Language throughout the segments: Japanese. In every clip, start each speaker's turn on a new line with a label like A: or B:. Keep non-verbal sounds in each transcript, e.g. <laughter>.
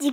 A: 自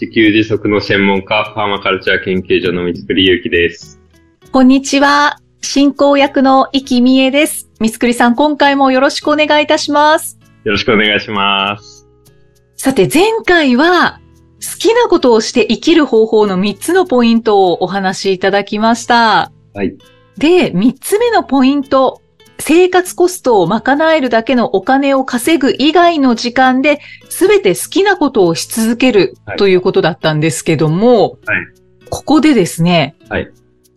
B: 自給自足の専門家、パーマカルチャー研究所の三栗祐樹です。
C: こんにちは。進行役の生きみえです。三つくりさん、今回もよろしくお願いいたします。
B: よろしくお願いします。
C: さて、前回は、好きなことをして生きる方法の3つのポイントをお話しいただきました。
B: はい。
C: で、3つ目のポイント。生活コストを賄えるだけのお金を稼ぐ以外の時間で、すべて好きなことをし続ける
B: はい
C: ということだったんですけども、
B: はい
C: ここでですね、
B: はい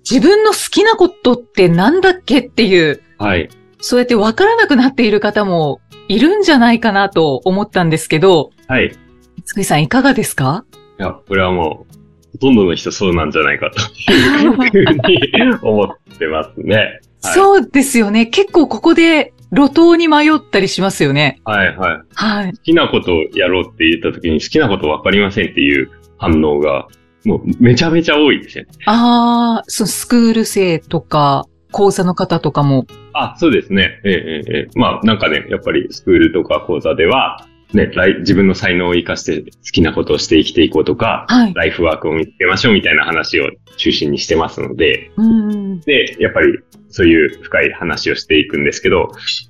C: 自分の好きなことってなんだっけっていう、
B: はい。
C: そうやってわからなくなっている方もいるんじゃないかなと思ったんですけど、
B: はい。い
C: つくりさんいかがですか
B: や、これはもう、ほとんどの人そうなんじゃないかというふうに <laughs> 思ってますね。はい
C: <laughs> そうですよね。結構ここで路頭に迷ったりしますよね。
B: はいはい。好
C: はい。
B: きなことをやろうって言った時に好きなことわかりませんっていう反応が、もうめちゃめちゃ多いですね。
C: ああ、そう、スクール生とか、講座の方とかも。
B: あ、そうですね。ええええええ。まあなんかね、やっぱりスクールとか講座では、ね、来自分の才能を生かして好きなことをして生きていこうとか、
C: はい。
B: ライフワークを見つけましょうみたいな話を中心にしてますので、
C: うん。
B: で、やっぱりそういう深い話をしていくんですけど、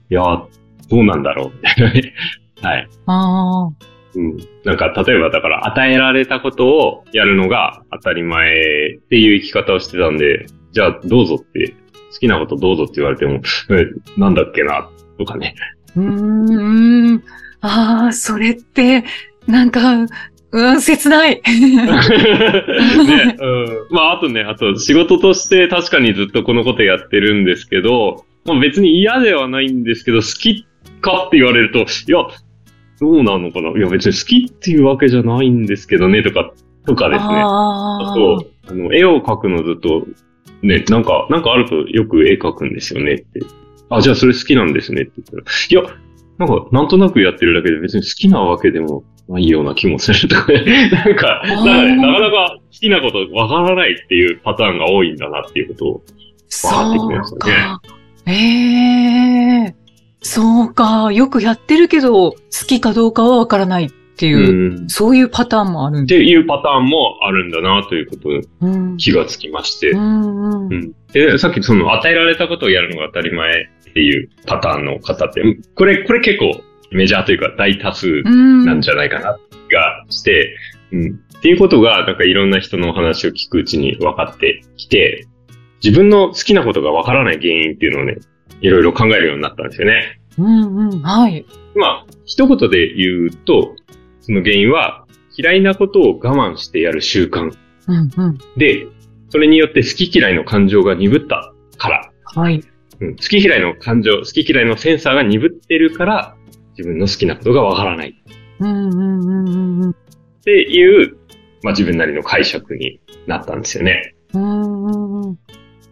B: いやー、どうなんだろうみたいなね。はい。
C: あ
B: うん。なんか、例えばだから、与えられたことをやるのが当たり前っていう生き方をしてたんで、じゃあどうぞって、好きなことどうぞって言われても、え、なんだっけな、とかね。
C: あ。うん。ああ、それって、なんか、うん、切ない。
B: <laughs> ね、うん。まあ、あとね、あと仕事として確かにずっとこのことやってるんですけど、まあ、別に嫌ではないんですけど、好きかって言われると、いや、どうなのかな。いや、別に好きっていうわけじゃないんですけどね、とか、とかですね。
C: あ
B: あ
C: あ。
B: と、あの、絵を描くのずっと、ね、なんか、なんかあるとよく絵描くんですよねって。あ、じゃあそれ好きなんですねって言ったら、いや、なんか、なんとなくやってるだけで別に好きなわけでもないような気もするとか <laughs> ね。なんか、だからね、
C: あー
B: なかなか好きなことわからないっていうパターンが多いんだなっていうことを。
C: そうか。ええそうか。よくやってるけど、好きかどうかはわからないっていう、
B: うん。
C: そういうパターンもあるん
B: っ
C: で。
B: ていうパターンもあるんだなということに
C: うん。
B: 気がつきまして
C: う。んうん
B: うんで、さっきその与えられたことをやるのが当たり前っていうパターンの方って、これ、これ結構メジャーというか大多数
C: うん
B: なんじゃないかな、がして、うん。っていうことが、なんかいろんな人のお話を聞くうちに分かってきて、自分の好きなことが分からない原因っていうのをね、いろいろ考えるようになったんですよね。
C: うんうん。はい。
B: まあ、一言で言うと、その原因は、嫌いなことを我慢してやる習慣
C: うんうん。
B: で、それによって好き嫌いの感情が鈍ったから
C: はい。
B: うん好き嫌いの感情、好き嫌いのセンサーが鈍ってるから、自分の好きなことがわからない
C: うんうんうんうんうん。
B: っていう、まあ自分なりの解釈になったんですよね。
C: うんうんうん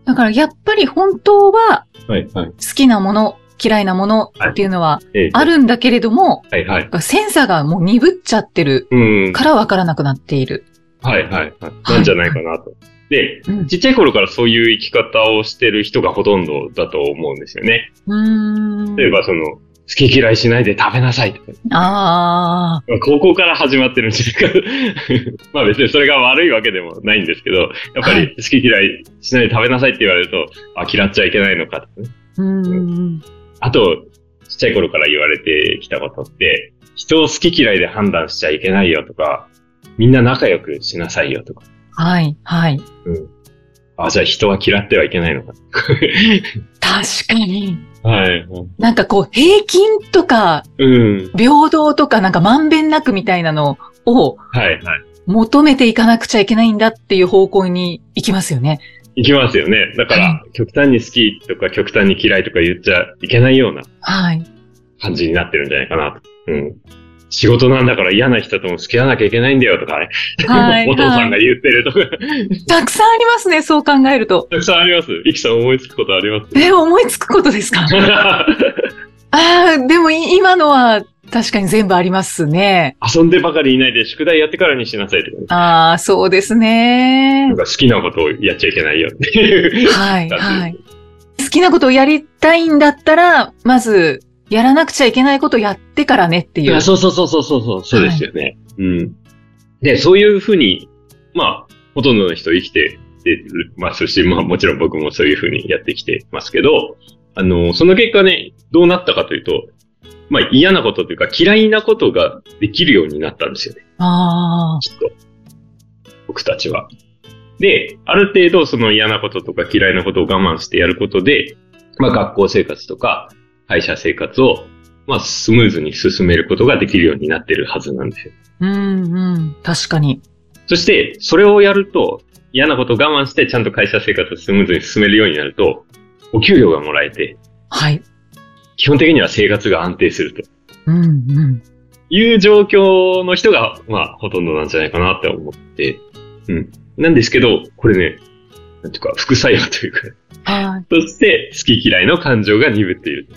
C: だからやっぱり本当は
B: はい、はい。
C: 好きなもの、嫌いなものっていうのは
B: ええ
C: あるんだけれども、
B: はい、はい。
C: センサーがもう鈍っちゃってる
B: うん。
C: からわからなくなっている。
B: はい、はい、はい。なんじゃないかなと。で、
C: うん
B: ちっちゃい頃からそういう生き方をしてる人がほとんどだと思うんですよね。
C: うん。
B: 例えばその、好き嫌いしないで食べなさいとか。
C: ああ。
B: まあ高校から始まってるんですけど、 <laughs> まあ別にそれが悪いわけでもないんですけど、やっぱ
C: は
B: り好き嫌いしないで食べなさいって言われると、あ、嫌っちゃいけないのかとかね。
C: うんうん
B: あと、ちっちゃい頃から言われてきたことって、人を好き嫌いで判断しちゃいけないよとか、みんな仲良くしなさいよとか、
C: はい、はい。
B: あ、じゃあ人は嫌ってはいけないの
C: <laughs>
B: か。
C: 確かに。
B: はい。
C: なんかこう、平均とか、
B: うん。
C: 平等とか、なんかまんべんなくみたいなのを
B: はい、はい。
C: 求めていかなくちゃいけないんだっていう方向に行きますよね。
B: いきますよね。だから、極端に好きとか極端に嫌いとか言っちゃいけないような
C: はい。
B: 感じになってるんじゃないかなと。うん。仕事なんだから嫌な人とも付き合わなきゃいけないんだよとかね。
C: はい
B: <laughs> お父さんが言ってるとか、
C: たくさんありますね、そう考えると。
B: たくさんあります。イキさん思いつくことあり
C: <laughs>
B: ます
C: え、思いつくことです <laughs> かああ、でもい今のは確かに全部ありますね。
B: 遊んでばかりいないで宿題やってからにしなさいとかね、
C: ああ、そうです
B: な
C: ね
B: ん。か好きなことをやっちゃいけないよっていう。
C: はい、
B: だって
C: はい。好きなことをやりたいんだったら、まず、やらなくちゃいけないことをやってからねって
B: い
C: いう
B: や、。そうそうそうそうそうそう、そうですよね。うん。で、そういうふうに、まあ、ほとんどの人生きてますし、まあもちろん僕もそういうふうにやってきてますけど、あの、その結果ね、どうなったかというと、まあ嫌なことというか嫌いなことができるようになったんですよね、
C: ああ、
B: きっと。僕たちは。で、ある程度その嫌なこととか嫌いなことを我慢してやることで、まあ学校生活とか会社生活を、まあスムーズに進めることができるようになってるはずなんですよ。
C: うんうん、確かに。
B: そして、それをやると、嫌なことを我慢して、ちゃんと会社生活をスムーズに進めるようになると、お給料がもらえて、
C: はい。
B: 基本的には生活が安定すると
C: うんうん。
B: いう状況の人が、まあ、ほとんどなんじゃないかなって思って、うん。なんですけど、これね、なんていうか、副作用というか、 <laughs>
C: はい。
B: そして、好き嫌いの感情が鈍っている。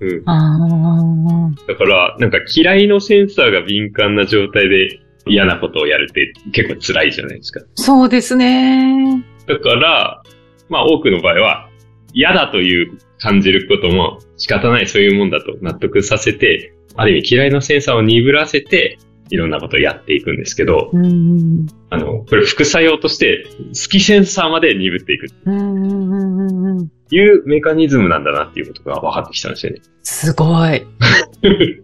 B: うん。
C: ああ、
B: だから、なんか嫌いのセンサーが敏感な状態で嫌なことをやるって結構辛いじゃないですか。
C: そうですね。
B: だから、まあ多くの場合は、嫌だという感じることも仕方ないそういうもんだと納得させて、ある意味嫌いのセンサーを鈍らせて、いろんなことをやっていくんですけど、
C: うんうん。
B: あの、これ副作用として、好きセンサーまで鈍っていく
C: うんうんうんうんうん。
B: というメカニズムなんだなっていうことが分かってきたんですよね。
C: すごい。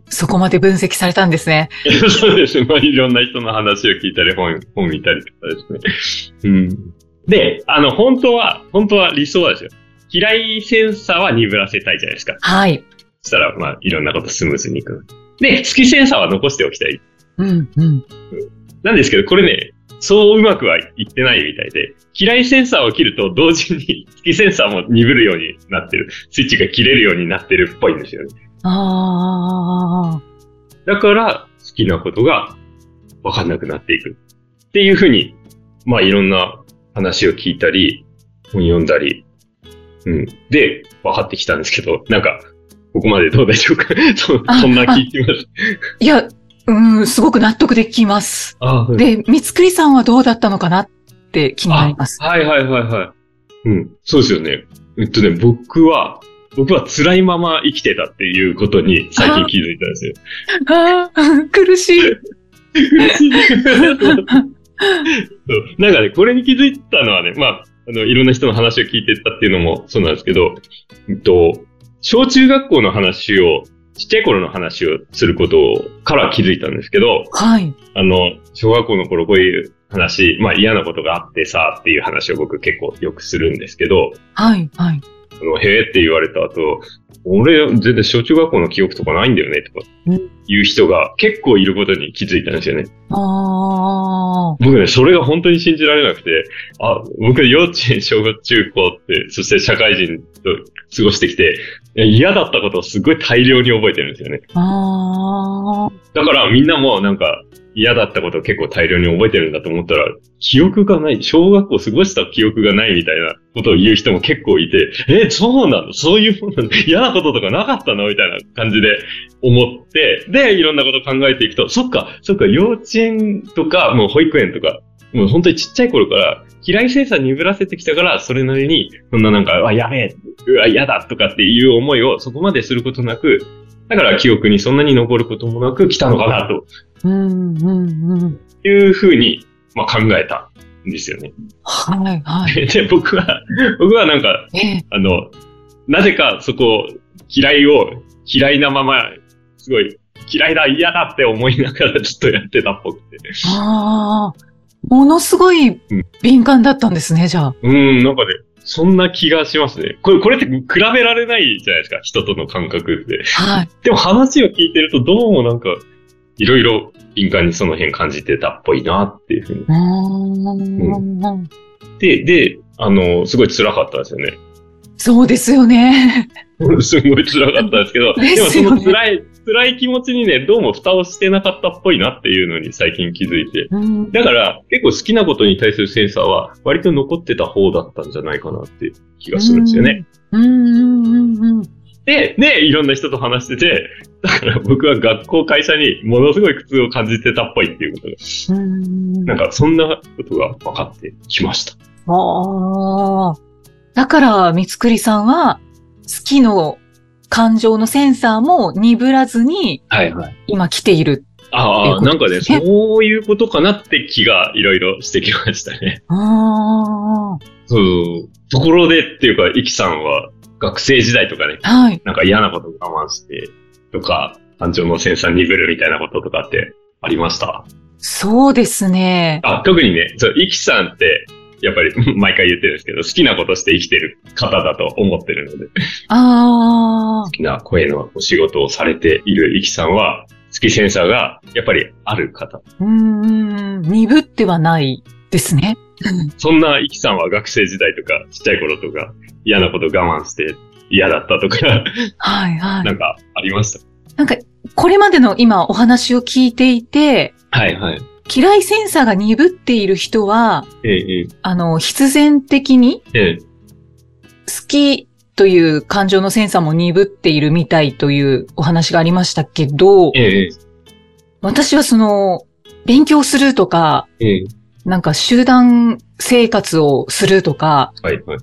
C: そこまで分析されたんですね。
B: そうですね。まあ、いろんな人の話を聞いたり、本、本見たりとかですね。うん。で、あの、本当は、本当は理想はですよ。嫌いセンサーは鈍らせたいじゃないですか。
C: はい。
B: そしたら、まあ、いろんなことスムーズにいく。で、好きセンサーは残しておきたい。
C: うんうん。
B: なんですけど、これね、そううまくはいってないみたいで、嫌いセンサーを切ると同時に好きセンサーも鈍るようになってる。スイッチが切れるようになってるっぽいんですよね。
C: ああ。
B: だから、好きなことが分かんなくなっていく。っていうふうに、まあいろんな話を聞いたり、本読んだり、うん。で、分かってきたんですけど、なんか、ここまでどうでしょうか <laughs> そ
C: あ
B: そんな聞いてます。
C: いや、うん、すごく納得できます。
B: あうん
C: で、三つくりさんはどうだったのかなって気になります。
B: あはいはいはいはい。うん。そうですよね。えっとね、僕は、僕は辛いまま生きてたっていうこと <laughs> に最近気づいたんですよ。 <laughs>
C: あー苦しい。
B: そうなんかね、これに気づいたのはね、まあ、あの、いろんな人の話を聞いてたっていうのもそうなんですけど、うんと、小中学校の話を、ちっちゃい頃の話をすることから気づいたんですけど、
C: はい。
B: あの、小学校の頃こういう話、まあ嫌なことがあってさっていう話を僕結構よくするんですけど、
C: はい。はい。
B: あの、へえって言われた後、俺、全然小中学校の記憶とかないんだよね、とか
C: うん、
B: いう人が結構いることに気づいたんですよね。
C: ああ。
B: 僕ね、それが本当に信じられなくて、あ、僕、幼稚園、小学中高って、そして社会人と過ごしてきて、いや嫌だったことをすごい大量に覚えてるんですよね。
C: ああ。
B: だからみんなもなんか、嫌だったことを結構大量に覚えてるんだと思ったら、記憶がない、小学校過ごした記憶がないみたいなことを言う人も結構いて、え、そうなのそういうものなの嫌なこととかなかったのみたいな感じで思って、で、いろんなこと考えていくと、そっか、そっか、幼稚園とか、もう保育園とか、もう本当にちっちゃい頃から、嫌い生産鈍らせてきたから、それなりに、そんななんか、あ、やべえ、うわ、嫌だとかっていう思いをそこまですることなく、だから記憶にそんなに残ることもなく来たのかな、と
C: うん、うん、うん。
B: いうふうに、まあ、考えたんですよね。 <laughs>
C: はい。はい。
B: で、僕は、僕はなんか、
C: ええ。
B: あの、なぜかそこ、嫌いを、嫌いなまま、すごい、嫌いだ、嫌だって思いながらずっとやってたっぽくて。
C: ああ。ものすごい敏感だったんですね、じゃあ。
B: うん、なんかね、そんな気がしますね。これ、これって比べられないじゃないですか、人との感覚って。 <laughs>
C: はい。
B: でも話を聞いてると、どうもなんか、いろいろ敏感にその辺感じてたっぽいなっていうふうに
C: うーん。
B: で、で、あの、すごい辛かったんですよね。 <laughs>
C: そうですよね。
B: すごい辛かったですけ
C: <laughs>
B: ど、
C: で
B: ですも
C: よね
B: その辛い、辛い気持ちにね、どうも蓋をしてなかったっぽいなっていうのに最近気づいて。
C: うん
B: だから、結構好きなことに対するセンサーは、割と残ってた方だったんじゃないかなっていう気がするんですよね。
C: うんうんうんうん。
B: で、で、いろんな人と話してて、だから僕は学校、会社にものすごい苦痛を感じてたっぽいっていうことが、
C: うん
B: なんかそんなことが分かってきました。
C: ああ。だから、三つくりさんは、好きの感情のセンサーも鈍らずに、
B: はいはい。
C: 今来ている。
B: ああ、
C: とい
B: な
C: うんこ
B: か
C: とで
B: ね、
C: すね
B: そういうことかなって気がいろいろしてきましたね。
C: あ
B: そう。ところでっていうか、イキさんは学生時代とかね、
C: あ。はい。
B: なんか嫌なこと我慢してとか、感情のセンサー鈍るみたいなこととかってありました
C: そうですね。
B: あ、特にね、そう、イキさんって、やっぱり毎回言ってるんですけど、好きなことして生きてる方だと思ってるので、好
C: ああ。
B: きな声のお仕事をされているイキさんは、好きセンサーがやっぱりある方。
C: うんうん。鈍ってはないですね。
B: そんなイキさんは学生時代とか、ちっちゃい頃とか、嫌なこと我慢して嫌だったとか、
C: はいはい。
B: なんかありました
C: なんか、これまでの今お話を聞いていて、
B: はいはい。
C: 嫌いセンサーが鈍っている人は、
B: ええ、え
C: あの、必然的に
B: え、ええ。
C: 好きという感情のセンサーも鈍っているみたいというお話がありましたけど、
B: ええ、
C: 私はその、勉強するとか、
B: ええ。
C: なんか集団生活をするとか
B: はいはい。
C: っ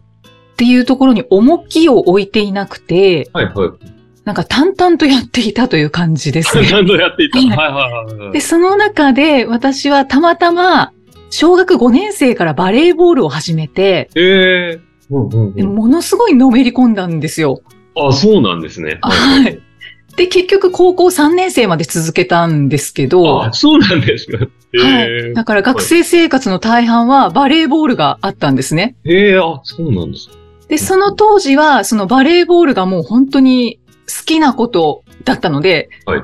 C: ていうところに重きを置いていなくて、
B: はい <laughs> はい。
C: なんか淡々とやっていたという感じです
B: <laughs>
C: ね
B: ち。ゃんとやっていた。
C: は
B: はいいはいはいは
C: で、
B: い。
C: その中で私はたまたま小学5年生からバレーボールを始めて、
B: ええうんうん
C: で
B: うん。
C: ものすごいのめり込んだんですよ。
B: あ、そうなんですね。
C: はい。で、結局高校3年生まで続けたんですけど、
B: あ、そうなんですか。え
C: <laughs> はい。
B: え
C: だから学生生活の大半はバレーボールがあったんですね。
B: ええあ、そうなんです。
C: で、その当時は、そのバレーボールがもう本当に好きなことだったので、
B: はい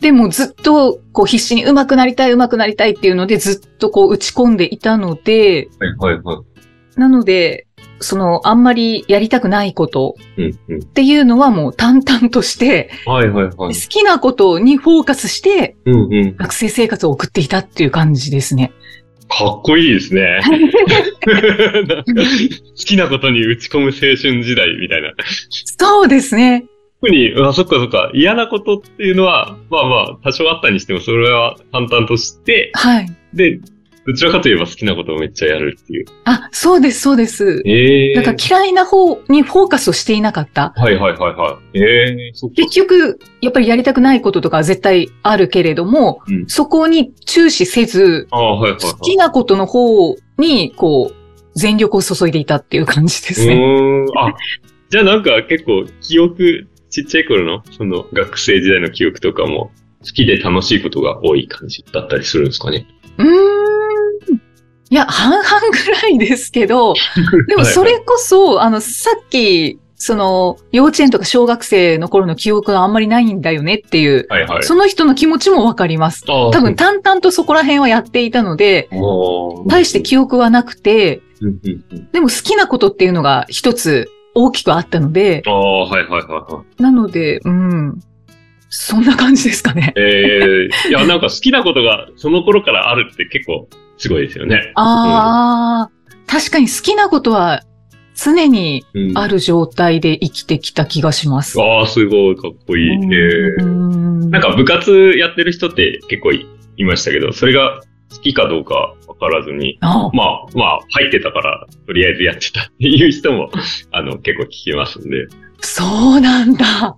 C: でもうずっとこう必死に上手くなりたい上手くなりたいっていうのでずっとこう打ち込んでいたので、
B: はいはいは
C: なので、そのあんまりやりたくないこと
B: い。うんうん
C: っ。ていうのはもう淡々として、
B: はいはいは
C: 好
B: い。
C: きなことにフォーカスして
B: うんうん。
C: 学生生活を送っていたっていう感じです
B: <laughs>
C: ね。
B: かっこいいですね。 <laughs> なん <laughs> か好きなことに打ち込む青春時代みたいな。
C: そうですね。
B: 特に、あ、そっかそっか、嫌なことっていうのは、まあまあ、多少あったにしても、それは淡々として、
C: はい。
B: で、どちらかといえば好きなことをめっちゃやるっていう。
C: あ、そうです、そうです。
B: ええ
C: なんか嫌いな方にフォーカスをしていなかった。
B: はいはいはいはい。ええそっか。
C: 結局、やっぱりやりたくないこととかは絶対あるけれども、
B: うん
C: そこに注視せず、
B: ああ、はいはい、はい。
C: 好きなことの方に、こう、全力を注いでいたっていう感じですね。
B: うーん。あ、じゃあなんか結構記憶、ちっちゃい頃の、その学生時代の記憶とかも、好きで楽しいことが多い感じだったりするんですかね。
C: うーん。いや、半々ぐらいですけ
B: <laughs>
C: ど、でもそれこそ、あの、さっき、その、幼稚園とか小学生の頃の記憶があんまりないんだよねっていう、
B: はいはい。
C: その人の気持ちもわかります。
B: ああ
C: 多分、淡々とそこら辺はやっていたので、
B: もう
C: 大して記憶はなくて、
B: うんうんうん
C: でも好きなことっていうのが一つ大きくあったので、
B: ああ、はいはいはいはい。
C: なので、うん、そんな感じですかね。
B: ええいや、なんか好きなことがその頃からあるって結構すごいですよね。
C: ああ、確かに好きなことは常に
B: うん
C: あ。る状態で生きてきた気がします。
B: ああ、すごいかっこいい。ええ
C: うん
B: なんか部活やってる人って結構いいましたけど、それが好きかどうかわからずに、
C: あ
B: まあまあ入ってたから、とりあえずやってたっていう人も、 <laughs> あの、結構聞きますんで。
C: そうなんだ。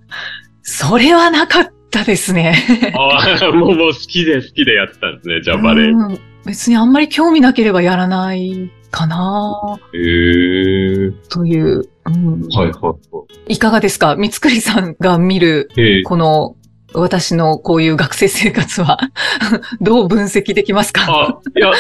C: それはなかったですね。
B: ああ、 <laughs> もうもう好きで好きでやってたんですね、ジャパレー。
C: うん別にあんまり興味なければやらないかな
B: へえ
C: という、うん
B: はいはい
C: かがですか三つくりさんが見る
B: い。ええ
C: この、私のこういう学生生活は、 <laughs> どう分析できますか
B: あ、いや、好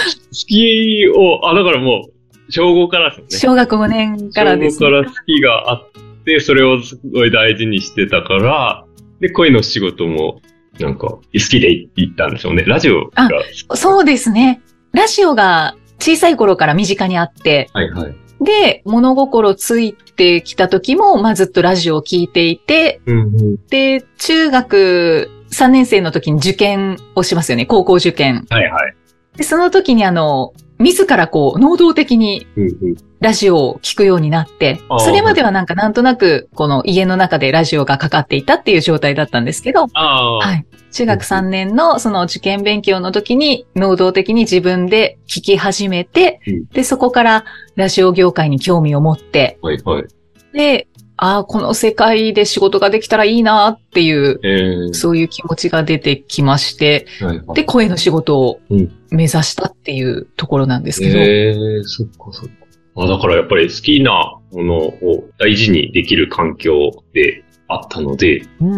B: きを、あ、だからもう、小5からですね。
C: 小学5年からです、
B: 小5から好きがあって、それをすごい大事にしてたから、で、声の仕事も、なんか、好きで行ったんでしょうね。ラジオが好き。
C: そうですね。ラジオが小さい頃から身近にあって、
B: はいはい。
C: で、物心ついてきた時も、まあ、ずっとラジオを聞いていて、
B: うんうん。
C: で、中学3年生の時に受験をしますよね。高校受験。
B: はいはい。
C: で、その時にあの、自らこう、能動的に
B: うんうん。
C: ラジオを聞くようになって
B: あー、
C: それまではなんかなんとなく、この家の中でラジオがかかっていたっていう状態だったんですけど、
B: ああ。
C: はい中学3年のその受験勉強の時に、能動的に自分で聞き始めて
B: うん、
C: で、そこからラジオ業界に興味を持って、
B: はいはい。
C: で、ああ、この世界で仕事ができたらいいなっていう、
B: ええ
C: そういう気持ちが出てきまして、
B: はいはい。
C: で、声の仕事を
B: うん
C: 目指したっていうところなんですけど、
B: ええそっかそっか。あ、だからやっぱり好きなものを大事にできる環境であったので、
C: うんう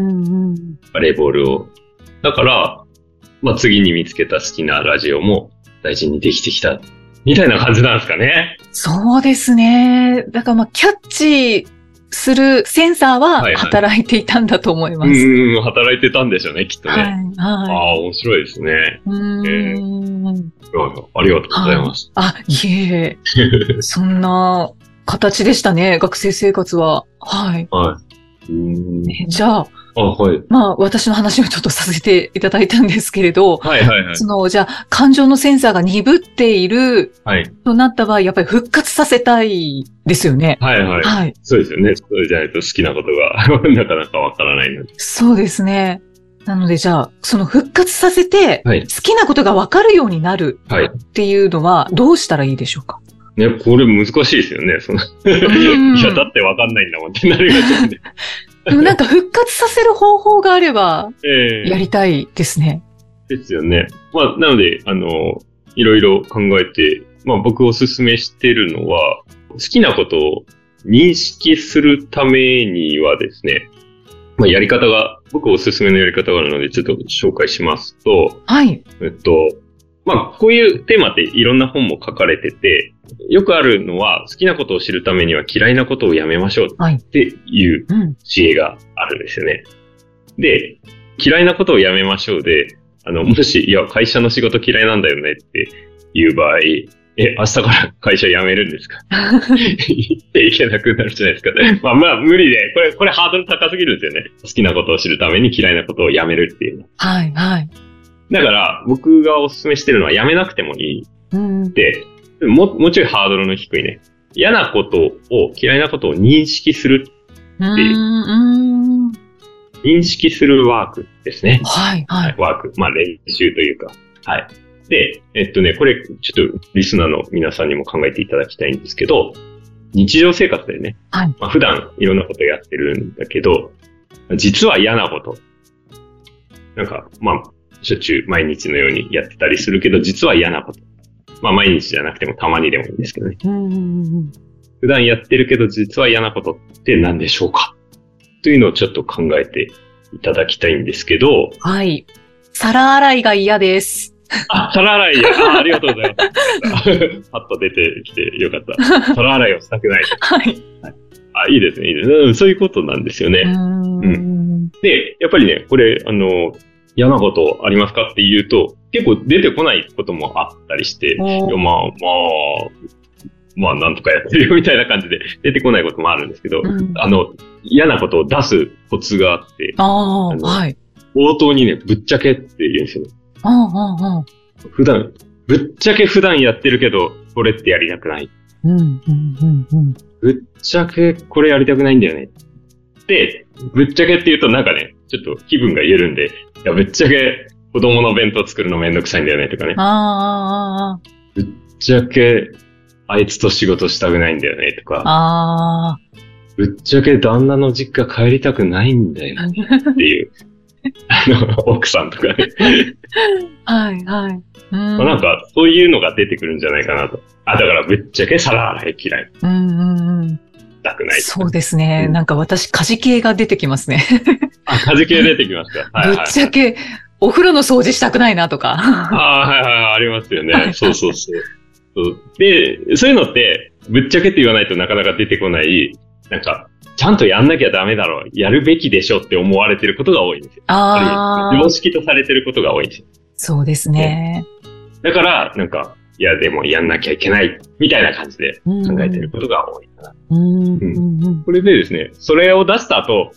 C: ん
B: バレーボールを。だから、まあ次に見つけた好きなラジオも大事にできてきた。みたいな感じなんですかね。
C: そうですね。だからまあ、キャッチするセンサーは
B: はいはい
C: 働いていたんだと思いま
B: う
C: す。
B: んうんうん、働いてたんでしょうね、きっとね。
C: はい、はい。
B: ああ、面白いですね。
C: うーん
B: ありがとうござい
C: <laughs>
B: ます。
C: あ、い
B: <laughs>
C: えいえ。そんな形でしたね、学生生活は。はい。
B: はい。うん。
C: じゃあ、
B: あ、はい。
C: まあ、私の話をちょっとさせていただいたんですけれど、
B: はいはいはい
C: そ。の、じゃあ、感情のセンサーが鈍っている
B: はい。
C: となった場合、やっぱり復活させたいですよね。
B: はいはい。
C: はい。
B: そうですよね。それじゃないと好きなことが <laughs> なかなかわからないので。
C: そうですね。なので、じゃあ、その復活させて、
B: はい
C: 好きなことがわかるようになる
B: はい
C: っていうのは、どうしたらいいでしょう
B: <laughs>
C: か
B: ね、これ難しいですよね。その
C: ん
B: <laughs> いや、だってわかんないんだもんってなりがち
C: <laughs>
B: なんで。
C: でもなんか復活させる方法があれば、
B: ええ
C: やりたいですね。
B: ですよね。まあ、なので、あの、いろいろ考えて、まあ僕おすすめしてるのは、好きなことを認識するためにはですね、まあやり方が、僕おすすめのやり方があるので、ちょっと紹介しますと、
C: はい。
B: えっと、まあこういうテーマっていろんな本も書かれてて、よくあるのは、好きなことを知るためには嫌いなことをやめましょう
C: はい
B: っていう <laughs>
C: うん。
B: 知恵があるんですよね。で、嫌いなことをやめましょうで、あの、もし、いや、会社の仕事嫌いなんだよねっていう場合、え、明日から会社辞めるんですか <laughs> 言っていけなくなるじゃないですか。まあまあ、無理で、これ、これハードル高すぎるんですよね。好きなことを知るために嫌いなことをやめるっていうのは。
C: はい、はい。
B: だから、僕がお勧めしてるのはやめなくてもいい
C: うん
B: っ。て、ももうちょいハードルの低いね。嫌なことを、嫌いなことを認識する、
C: うん。
B: 認識するワークですね。
C: はい、は
B: はいい。、ワーク、まあ練習というか。はい。で、えっとね、これ、ちょっとリスナーの皆さんにも考えていただきたいんですけど、日常生活でね、
C: はい
B: まあ、普段いろんなことやってるんだけど、実は嫌なこと。なんか、まあ、しょっちゅう毎日のようにやってたりするけど、実は嫌なこと。まあ、毎日じゃなくてもたまにでもいいんですけどね。
C: うん。
B: 普段やってるけど、実は嫌なことって何でしょうかというのをちょっと考えていただきたいんですけど、
C: はい。皿洗いが嫌です。
B: あ、皿洗いや。あありがとうございます。 <laughs> パッと出てきてよかった。皿洗いをしたくない。
C: はい。
B: あ、いいですね、いいですね。うん、そういうことなんですよね。
C: うん。
B: で、やっぱりね、これ、あの、嫌なことありますかって言うと、結構出てこないこともあったりして、いや
C: おー
B: まあまあ、まあなんとかやってるよみたいな感じで出てこないこともあるんですけど、
C: うん
B: あの、嫌なことを出すコツがあって、
C: ああ、はい。
B: 冒頭にね、ぶっちゃけって言うんですよね。
C: うん、うん、
B: 普段、ぶっちゃけ普段やってるけど、これってやりたくない。
C: うん。うん、うん、うん。
B: ぶっちゃけこれやりたくないんだよね。で、ぶっちゃけって言うとなんかね、ちょっと気分が緩んで、いや、ぶっちゃけ子供の弁当作るのめんどくさいんだよねとかね。ぶっ
C: あ
B: ちゃけあいつと仕事したくないんだよねと
C: あ、
B: か、
C: ああ。
B: ぶっちゃけ旦那の実家帰りたくないんだよっていう、あの、奥さんとかね。
C: <laughs> はい、はい。う
B: まあなん
C: ん。
B: か、そういうのが出てくるんじゃないかなと。あ、だからぶっちゃけ皿洗い嫌い
C: うん、うん、うん。
B: たくない。
C: そうですね。
B: うん
C: なんか私、家事系が出てきますね。
B: あ、風系出てきますか。はい
C: ぶ
B: はい
C: っちゃけ、お風呂の掃除したくないなとか。
B: ああー、はいはいはい、ありますよ
C: は
B: ね。
C: い
B: そうそうそう。そうで、そういうのって、ぶっちゃけって言わないとなかなか出てこない、なんか、ちゃんとやんなきゃダメだろう、やるべきでしょって思われてることが多いんですよ。
C: ああ
B: 常、識とされてることが多いんですよ。
C: そうですね。
B: だから、なんか、いや、でもやんなきゃいけない、みたいな感じで
C: うん
B: 考えていることが多いかな。
C: うんうん
B: これでですね、それを出した後、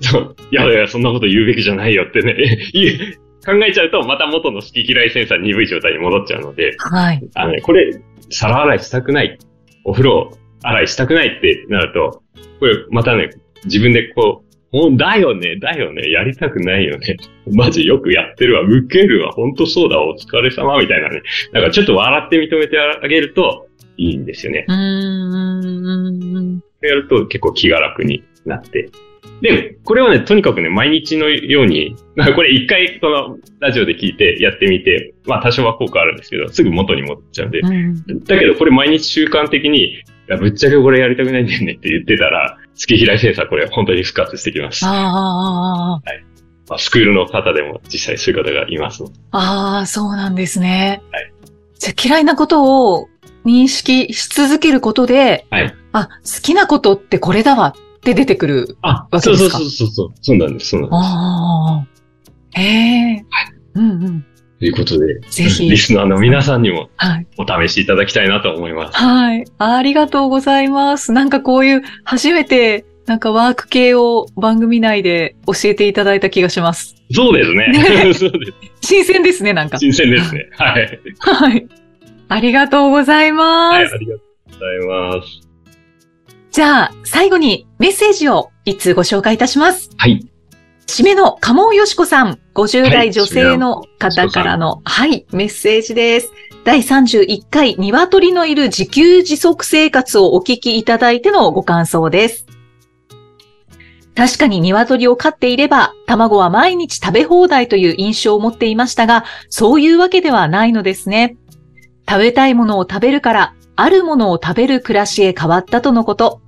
B: そういやいや、そんなこと言うべきじゃないよってね、 <laughs> 言う考えちゃうと、また元の好き嫌いセンサー鈍い状態に戻っちゃうので、
C: はい。
B: あのね、これ、皿洗いしたくない、お風呂洗いしたくないってなると、これまたね、自分でこう、もうだよね、だよね、やりたくないよね。マジよくやってるわ、ウケるわ、ほんとそうだわ、お疲れ様、みたいなね。なんかちょっと笑って認めてあげるといいんですよね。
C: うん。
B: やると結構気が楽になって。で、これはね、とにかくね、毎日のように、まあこれ一回そのラジオで聞いてやってみて、まあ多少は効果あるんですけど、すぐ元に戻っちゃうんで。
C: うん
B: だけどこれ毎日習慣的に、いやぶっちゃけこれやりたくないんだよねって言ってたら、月平井センサーこれ本当に復活してきます。
C: あー
B: まあ、スクールの方でも実際そういう方がいますので。
C: あー、そうなんですね。じゃあ嫌いなことを認識し続けることで、
B: はい
C: あ、好きなことってこれだわって出てくる。
B: あ
C: わけ
B: そ
C: です
B: うそう
C: か
B: そうそうそう。そうなんです。そうなんです。
C: ああ。へえ。うんうん。
B: ということで、
C: ぜひ
B: リ。スナーの皆さんにも
C: はい。
B: お試しいただきたいなと思います。
C: はい。ありがとうございます。なんかこういう、初めて、なんかワーク系を番組内で教えていただいた気がします。
B: そうですね。 <laughs> そうです。
C: 新鮮ですね、なんか。
B: 新鮮ですね。はい。
C: はい。ありがとうございま
B: はい、
C: す。
B: ありがとうございます。
C: じゃあ、最後にメッセージを一通ご紹介いたします。
B: はい。
C: 締めの鴨尾よしこさん、50代女性の
B: はい
C: 方からの、はい、メッセージです。第31回、鶏のいる自給自足生活をお聞きいただいてのご感想です。確かに鶏を飼っていれば、卵は毎日食べ放題という印象を持っていましたが、そういうわけではないのですね。食べたいものを食べるから、あるものを食べる暮らしへ変わったとのこと。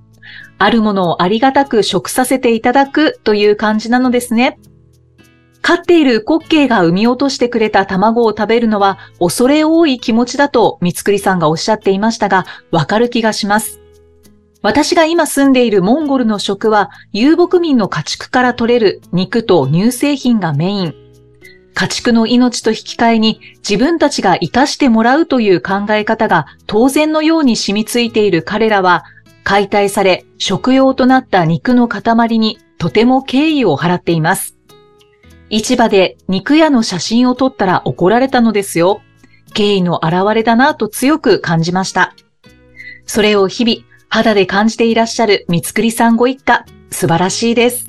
C: あるものをありがたく食させていただくという感じなのですね。飼っているコッケイが産み落としてくれた卵を食べるのは恐れ多い気持ちだと三つくりさんがおっしゃっていましたが、わかる気がします。私が今住んでいるモンゴルの食は遊牧民の家畜から取れる肉と乳製品がメイン。家畜の命と引き換えに自分たちが生かしてもらうという考え方が当然のように染みついている彼らは解体され、食用となった肉の塊にとても敬意を払っています。市場で肉屋の写真を撮ったら怒られたのですよ。敬意の表れだなと強く感じました。それを日々肌で感じていらっしゃる三つくりさんご一家、素晴らしいです。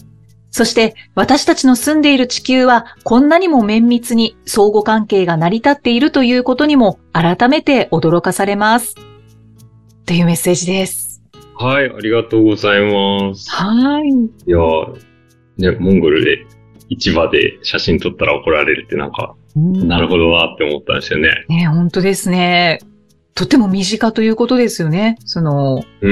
C: そして私たちの住んでいる地球はこんなにも綿密に相互関係が成り立っているということにも改めて驚かされます。というメッセージです。
B: はい、ありがとうございます。
C: はい。
B: いやーね、モンゴルで市場で写真撮ったら怒られるってなんか、なるほどなって思ったんですよね。
C: ね、本当ですね。とても身近ということですよね。その、
B: う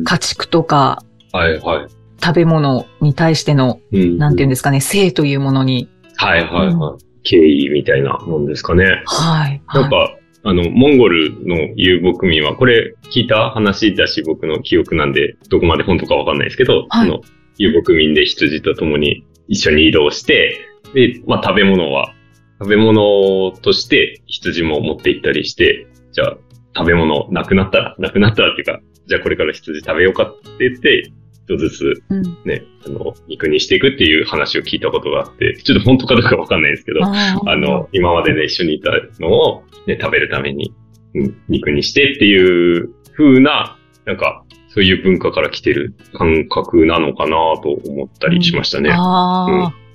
B: ん。
C: 家畜とか
B: はいは
C: 食べ物に対しての、
B: い。うん。
C: なんていうん
B: う
C: ですかね、性というものに。
B: はいはいはい。敬意みたいなもんですかね。
C: はい。
B: なんか、あの、モンゴルの遊牧民は、これ聞いた話だし、僕の記憶なんで、どこまで本当かわかんないですけど、
C: はい
B: その遊牧民で羊と共に一緒に移動して、で、まあ食べ物は、食べ物として羊も持って行ったりして、じゃあ食べ物なくなったら、なくなったらっていうか、じゃあこれから羊食べようかって言って、一つずつ
C: うん。
B: ね、あの、肉にしていくっていう話を聞いたことがあって、ちょっと本当かどうかわかんないですけど、
C: あー
B: あ、の、今までね、一緒にいたのを、ね、食べるために、うん、肉にしてっていう風な、なんか、そういう文化から来てる感覚なのかなと思ったりしましたね。
C: あ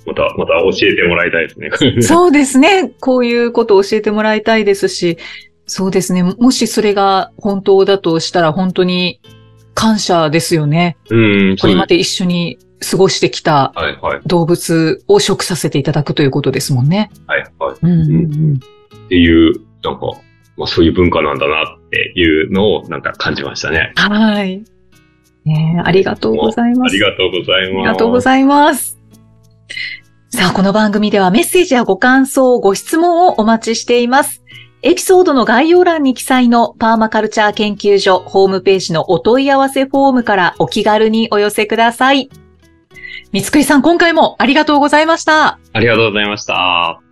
B: また、また教えてもらいたい <laughs> ですね。
C: ーそうですね。こういうことを教えてもらいたいですし、そうですね。もしそれが本当だとしたら本当に感謝ですよね。
B: うん、
C: こ
B: そう
C: れまで一緒に過ごしてきた
B: はい、はい、
C: 動物を食させていただくということですもんね。
B: はい、はい。
C: うん
B: うんっていう、なんか、まあそういう文化なんだなっていうのを、なんか感じましたね。
C: はい。ねえありがとうござい
B: あ
C: ます。
B: りがとうございます。
C: ありがとうございます。さあ、この番組ではメッセージやご感想、ご質問をお待ちしています。エピソードの概要欄に記載のパーマカルチャー研究所ホームページのお問い合わせフォームからお気軽にお寄せください。三つくりさん、今回もありがとうございました。
B: ありがとうございました。